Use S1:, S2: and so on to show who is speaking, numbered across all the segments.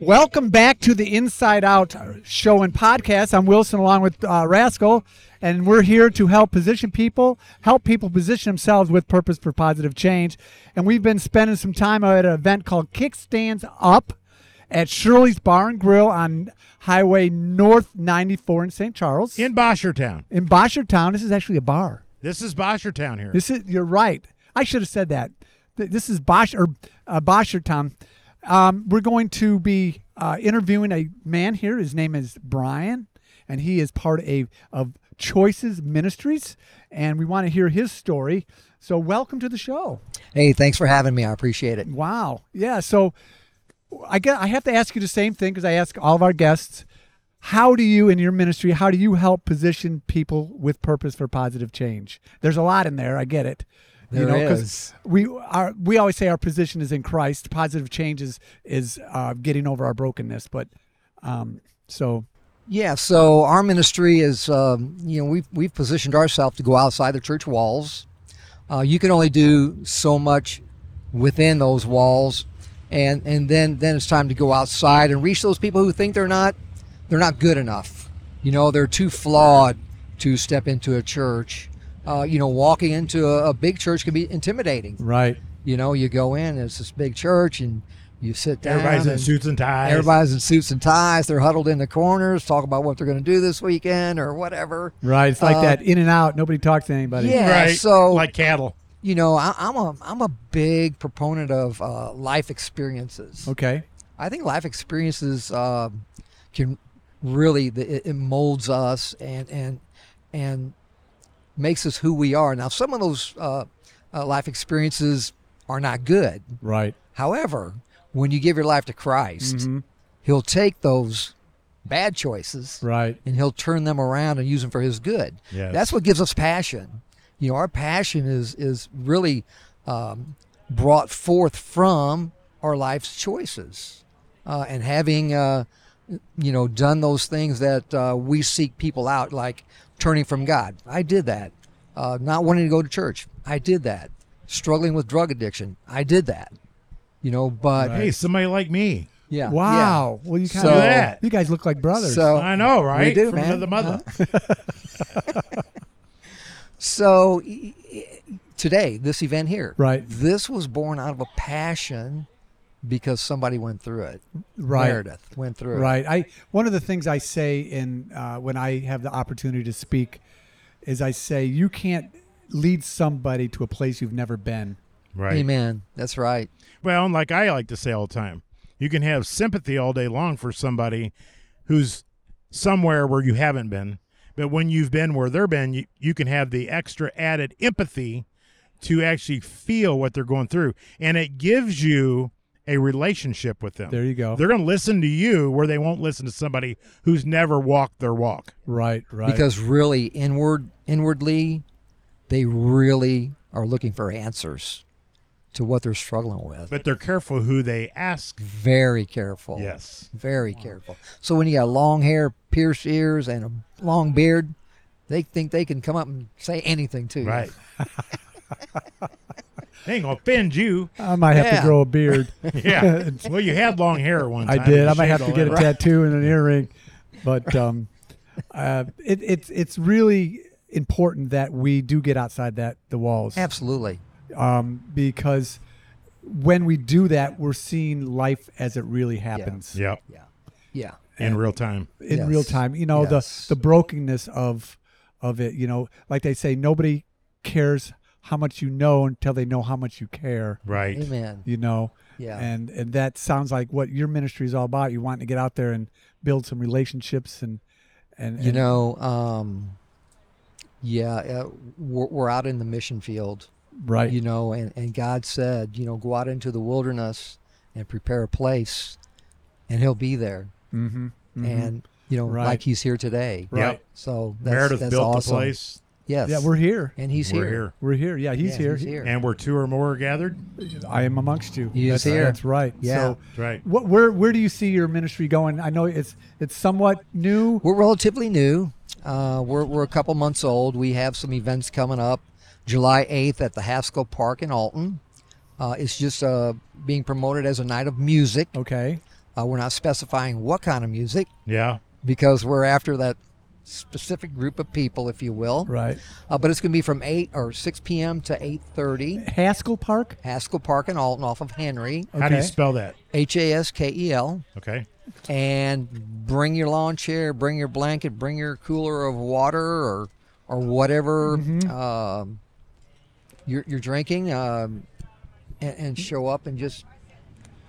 S1: Welcome back to the Inside Out show and podcast. I'm Wilson along with uh, Rascal, and we're here to help position people, help people position themselves with purpose for positive change. And we've been spending some time at an event called Kickstands Up at Shirley's Bar and Grill on Highway North 94 in St. Charles.
S2: in Boshertown.
S1: in Boshertown, this is actually a bar.
S2: This is Boshertown here.
S1: This is you're right. I should have said that. Th- This is Bosch or uh, Boscher Tom. Um, we're going to be uh, interviewing a man here. His name is Brian, and he is part of, of Choices Ministries, and we want to hear his story. So, welcome to the show.
S3: Hey, thanks for having me. I appreciate it.
S1: Wow. Yeah. So, I get, I have to ask you the same thing because I ask all of our guests. How do you, in your ministry, how do you help position people with purpose for positive change? There's a lot in there. I get it. you
S3: There
S1: know, 'cause
S3: is.
S1: we are. We always say our position is in Christ. Positive change is is uh, getting over our brokenness. But um, so
S3: Yeah, so our ministry is, um, you know, we've, we've positioned ourselves to go outside the church walls. Uh, you can only do so much within those walls, and and then then it's time to go outside and reach those people who think they're not they're not good enough. You know, they're too flawed to step into a church. Uh, you know, walking into a, a big church can be intimidating.
S1: right.
S3: You know, you go in, it's this big church, and you sit down.
S2: Everybody's in
S3: and-
S2: suits and ties.
S3: Everybody's in suits and ties. They're huddled in the corners, talk about what they're going to do this weekend or whatever.
S1: Right. It's like
S3: Uh,
S1: that in and out. Nobody talks to anybody.
S3: Yeah.
S2: right.
S3: So
S2: like cattle.
S3: you know, I, I'm a I'm a big proponent of uh, life experiences.
S1: Okay.
S3: I think life experiences um can really the, it, it molds us and and and makes us who we are. Now, some of those uh, uh, life experiences are not good.
S1: Right.
S3: However, when you give your life to Christ,
S1: Mm-hmm.
S3: He'll take those bad choices
S1: Right.
S3: and he'll turn them around and use them for his good.
S2: Yes.
S3: That's what gives us passion. You know, our passion is is really um, brought forth from our life's choices, uh, and having uh, you know done those things that uh, we seek people out, like turning from God. I did that. Uh, not wanting to go to church. I did that. Struggling with drug addiction. I did that. You know, but
S2: Hey, somebody like me.
S3: yeah, yeah.
S1: Wow. Well, you kind
S3: So-
S1: of you guys look like brothers.
S3: So
S2: I know, right?
S3: do,
S2: From
S3: man. Uh-huh.
S2: the mother.
S3: So y- y- today, this event here,
S1: Right.
S3: This was born out of a passion because somebody went through it.
S1: right.
S3: Meredith went through it.
S1: Right. I one of the things I say in uh, when I have the opportunity to speak is I say you can't lead somebody to a place you've never been.
S2: Right.
S3: Amen. That's right.
S2: Well, and like I like to say all the time, you can have sympathy all day long for somebody who's somewhere where you haven't been, but when you've been where they've been, you, you can have the extra added empathy to actually feel what they're going through, and it gives you a relationship with them.
S1: There you go.
S2: They're going to listen to you where they won't listen to somebody who's never walked their walk.
S1: right. Right.
S3: Because really, inward, inwardly, they really are looking for answers to what they're struggling with.
S2: But they're careful who they ask.
S3: Very careful.
S2: Yes.
S3: Very careful. So when you got long hair, pierced ears, and a long beard, they think they can come up and say anything to you.
S2: Right. they ain't going to offend you.
S1: I might have
S3: Yeah.
S1: to grow a beard.
S2: Yeah. well, you had long hair at one
S1: I
S2: time.
S1: did.
S2: You
S1: I might have to
S2: shaved
S1: get
S2: all
S1: a
S2: that.
S1: tattoo and an earring, but um, uh, it, it's it's really important that we do get outside that the walls
S3: Absolutely.
S1: um, because when we do that, we're seeing life as it really happens.
S2: Yep.
S3: Yeah. Yeah.
S2: In real time.
S1: in real
S3: Yes.
S1: time. You know
S3: Yes.
S1: the the brokenness of of it. You know, like they say, nobody cares how much you know until they know how much you care.
S2: Right.
S3: Amen.
S1: You know,
S3: Yeah.
S1: and and that sounds like what your ministry is all about. You want to get out there and build some relationships and and,
S3: You
S1: and-
S3: know, um, yeah, uh, we're, we're out in the mission field,
S1: right
S3: you know, and, and God said, you know, go out into the wilderness and prepare a place, and He'll be there.
S1: mm-hmm,
S3: And, you know,
S1: Right.
S3: like He's here today.
S1: right.
S2: Yep.
S3: So that's,
S2: Meredith
S3: that's
S2: built
S3: awesome.
S2: the place.
S3: Yes.
S1: Yeah, we're here.
S3: and He's
S2: We're
S3: here.
S2: here.
S1: We're here. Yeah, he's,
S3: Yeah,
S1: here.
S3: He's here.
S2: And where two or more are gathered.
S1: I am amongst you.
S3: He
S1: that's,
S3: is here.
S1: That's right.
S3: Yeah.
S1: So,
S2: Right.
S1: what, where where do you see your ministry going? I know it's it's somewhat new.
S3: We're relatively new. Uh, we're, we're a couple months old. We have some events coming up. July 8th at the Haskell Park in Alton. Uh, it's just uh, being promoted as a night of music.
S1: Okay.
S3: Uh, we're not specifying what kind of music
S2: Yeah.
S3: because we're after that specific group of people, if you will.
S1: Right.
S3: Uh, but it's going to be from 8 or 6 p.m. to 8.30,
S1: Haskell Park.
S3: Haskell Park in Alton off of Henry,
S2: How do you
S1: Okay.
S2: spell that?
S3: H-A-S-K-E-L.
S2: Okay.
S3: and bring your lawn chair, bring your blanket, bring your cooler of water or or whatever
S1: Mm-hmm.
S3: um, you're, you're drinking, um, and, and show up and just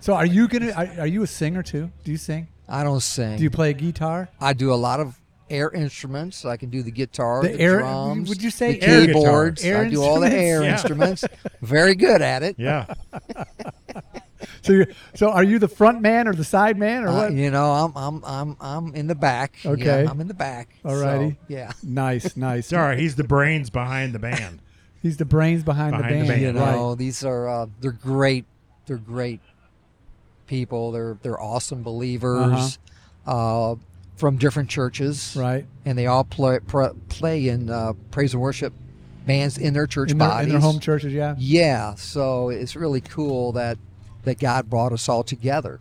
S1: So are you gonna? Are, are you a singer too? Do you sing?
S3: I don't sing.
S1: Do you play guitar?
S3: I do a lot of air instruments. I can do the guitar,
S1: The
S3: the,
S1: air-
S3: drums.
S1: would you say
S3: the
S2: air guitar?
S3: keyboards?
S1: Air
S3: I do all the air
S2: instruments?
S3: instruments. Very good at it.
S2: Yeah.
S1: So you're, so are you the front man or the side man or
S3: Uh,
S1: what?
S3: you know, I'm I'm I'm I'm in the back. Yeah,
S1: Okay.
S3: I'm in the back.
S1: All
S3: So,
S1: righty.
S3: yeah.
S1: Nice, nice.
S2: It's all right. He's the brains behind the band.
S1: He's the brains behind,
S2: Behind the
S1: the band.
S2: band.
S3: you
S1: right.
S3: know these are uh, they're great they're great people they're they're awesome believers uh from different churches
S1: Uh-huh. Right.
S3: and they all play pr- play in uh, praise and worship bands in their church
S1: In their,
S3: bodies
S1: in their home churches, yeah.
S3: yeah so it's really cool that that god brought us all together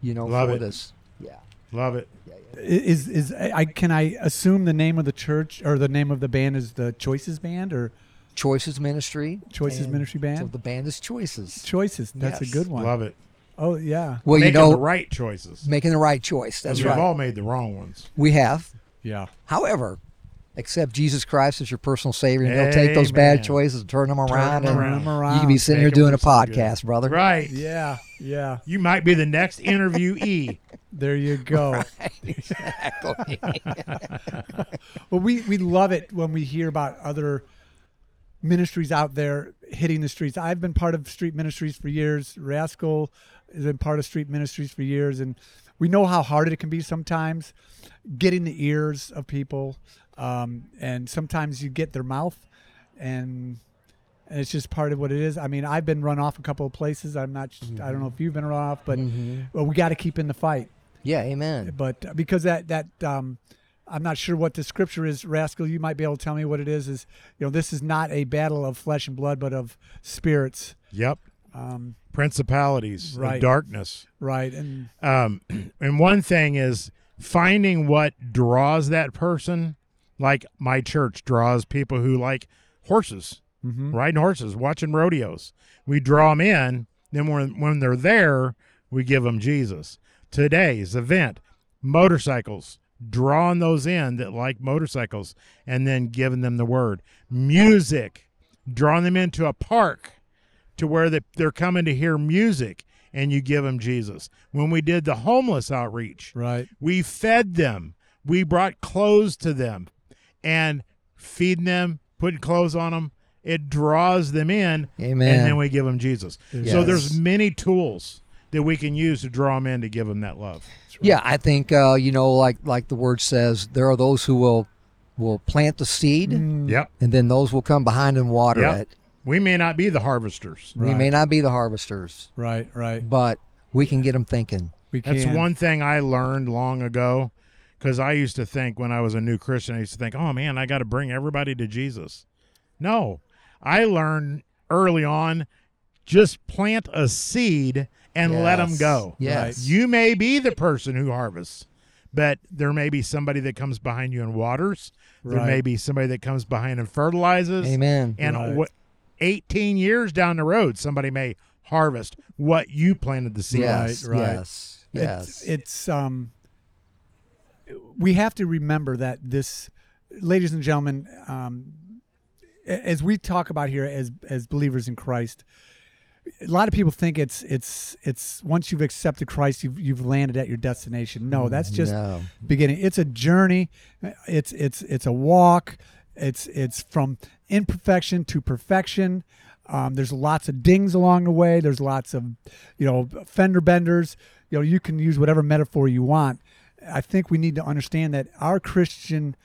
S3: you know
S2: Love
S3: for
S2: it.
S3: this yeah
S2: Love it.
S1: Is is I can I assume the name of the church or the name of the band is the Choices Band or
S3: choices ministry
S1: Choices
S3: and
S1: Ministry Band?
S3: so the band is choices
S1: Choices? That's
S3: Yes.
S1: a good one.
S2: Love it.
S1: Oh yeah,
S3: well
S2: Making
S3: you know
S2: the right choices.
S3: making the right choice that's
S2: We've
S3: right
S2: all made the wrong ones.
S3: we have
S1: yeah.
S3: However, accept Jesus Christ as your personal Savior, and He'll take those bad
S2: Amen.
S3: choices and turn them around.
S2: them
S3: and
S2: around.
S3: You can be sitting here
S2: Make 'em
S3: doing a
S2: listen good.
S3: podcast, brother.
S2: Right.
S1: Yeah, yeah.
S2: You might be the next interviewee.
S1: There you go.
S3: Exactly.
S1: Well, we we love it when we hear about other ministries out there hitting the streets. I've been part of street ministries for years. Rascal has been part of street ministries for years, and we know how hard it can be sometimes getting the ears of people, um, and sometimes you get their mouth, and and it's just part of what it is. I mean, I've been run off a couple of places. I'm not. I don't know if you've been run off, but well, we got to keep in the fight
S3: yeah, amen.
S1: but uh, because that that um, I'm not sure what the scripture is, Rascal. You might be able to tell me what it is. Is you know this is not a battle of flesh and blood, but of spirits,
S2: Yep.
S1: um,
S2: Principalities
S1: Right.
S2: of darkness.
S1: right? And
S2: Um, and one thing is finding what draws that person. Like my church draws people who like horses, riding horses, watching rodeos. We draw them in. Then when when they're there, we give them Jesus. Today's event, motorcycles, drawing those in that like motorcycles, and then giving them the word. Music, drawing them into a park to where that they're coming to hear music and you give them Jesus. When we did the homeless outreach,
S1: right,
S2: we fed them, we brought clothes to them, and feeding them, putting clothes on them, it draws them in,
S3: Amen.
S2: and then we give them Jesus. So
S3: Yes.
S2: there's many tools that we can use to draw them in to give them that love.
S3: Yeah, I think uh, you know, like like the word says, there are those who will will plant the seed,
S2: Yep.
S3: and then those will come behind and water
S2: Mm. Yep.
S3: it.
S2: We may not be the harvesters.
S3: We may
S1: Right.
S3: not be the harvesters,
S1: right, right.
S3: but we can get them thinking.
S1: We can.
S2: That's one thing I learned long ago because I used to think when I was a new Christian, I used to think, oh man, I got to bring everybody to Jesus. No, I learned early on just plant a seed and let 'em let them
S3: Yes.
S2: go.
S3: Yes.
S1: Right.
S2: You may be the person who harvests, but there may be somebody that comes behind you and waters. There
S1: Right.
S2: may be somebody that comes behind and fertilizes.
S3: Amen.
S2: And
S1: Right.
S2: what 18 years down the road, somebody may harvest what you planted the seed. of.
S3: yes.
S1: Right, right.
S3: Yes.
S1: It's-
S3: Yes.
S1: it's um. We have to remember that this, ladies and gentlemen, um, a- as we talk about here as as believers in Christ, a lot of people think it's it's it's once you've accepted Christ, you've you've landed at your destination. No, that's just
S3: No.
S1: beginning. It's a journey. It's it's it's a walk. It's it's from imperfection to perfection. Um, there's lots of dings along the way. There's lots of you know fender benders. You know you can use whatever metaphor you want. I think we need to understand that our Christian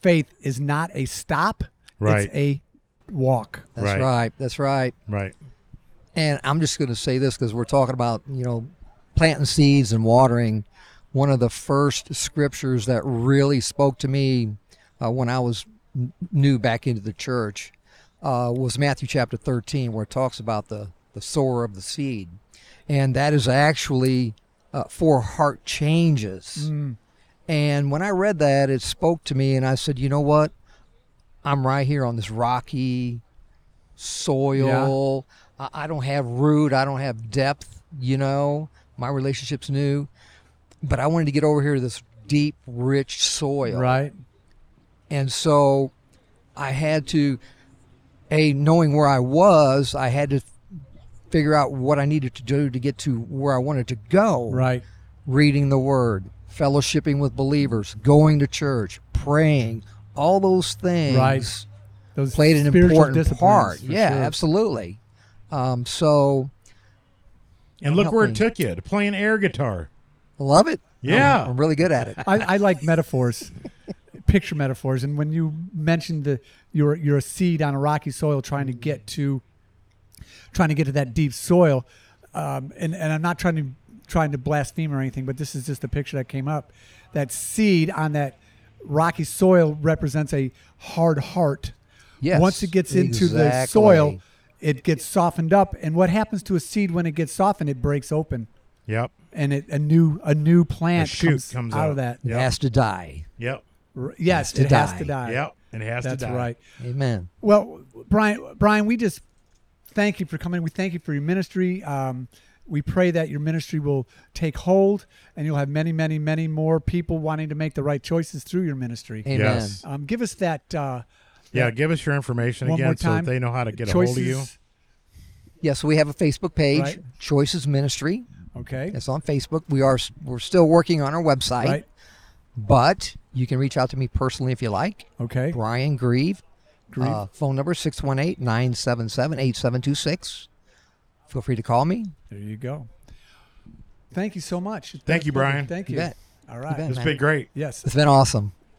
S1: faith is not a stop.
S2: Right.
S1: It's a walk.
S3: That's
S2: Right.
S3: right. That's right.
S2: Right.
S3: And I'm just going to say this because we're talking about, you know, planting seeds and watering. One of the first scriptures that really spoke to me uh, when I was n- new back into the church uh, was Matthew chapter 13, where it talks about the, the sower of the seed. And that is actually uh, for heart changes. And when I read that, it spoke to me, and I said, you know what? I'm right here on this rocky soil. I, I don't have root. I don't have depth. You know, my relationship's new, but I wanted to get over here to this deep, rich soil.
S1: Right.
S3: And so I had to, A, knowing where I was, I had to figure out what I needed to do to get to where I wanted to go.
S1: Right.
S3: Reading the word, fellowshipping with believers, going to church, praying, all those things
S1: Right. Those
S3: played an
S1: spiritual
S3: important
S1: disciplines,
S3: part.
S1: for
S3: Yeah,
S1: sure.
S3: absolutely. Um, so
S2: And look
S3: Help
S2: where
S3: me.
S2: it took you to playing air guitar.
S3: love it.
S2: Yeah.
S3: I'm, I'm really good at it.
S1: I, I like metaphors, picture metaphors. And when you mentioned that you're you're a seed on a rocky soil, trying to get to, trying to get to that deep soil, um, and and I'm not trying to trying to blaspheme or anything, but this is just the picture that came up. That seed on that rocky soil represents a hard heart.
S3: Yes,
S1: Once it gets into the
S3: exactly.
S1: soil, it gets softened up. And what happens to a seed when it gets softened? It breaks open,
S2: Yep.
S1: and it a new a new plant
S2: shoot
S1: comes,
S2: comes
S1: out
S2: out.
S1: of that.
S3: It
S2: Yep.
S3: has to die.
S2: Yep.
S1: R- Yes,
S3: to
S1: it has
S3: die.
S1: to die.
S2: Yep. And it has
S1: That's
S2: to die.
S1: right.
S3: Amen.
S1: Well, Brian, Brian, we just thank you for coming. We thank you for your ministry. Um, we pray that your ministry will take hold, and you'll have many, many, many more people wanting to make the right choices through your ministry.
S3: Amen.
S2: Yes.
S1: Um, give us that uh,
S2: Yeah. Give us your information
S1: One
S2: again
S1: more
S2: so that
S1: time.
S2: they know how to get
S1: choices.
S2: a hold of you.
S3: Yeah, so we have a Facebook page,
S1: Right.
S3: Choices Ministry.
S1: Okay.
S3: It's on Facebook. We are we're still working on our website,
S1: Right.
S3: but you can reach out to me personally if you like.
S1: Okay.
S3: Brian Grieve.
S1: Grieve.
S3: Uh, phone number 618-977-8726. Feel free to call me.
S1: There you go. Thank you so much. It's been
S2: Thank
S1: a
S2: you,
S1: pleasure.
S2: Brian.
S1: Thank you.
S3: You bet.
S1: All right.
S3: bet.
S2: It's
S3: Man.
S2: been great.
S1: Yes.
S3: It's been awesome.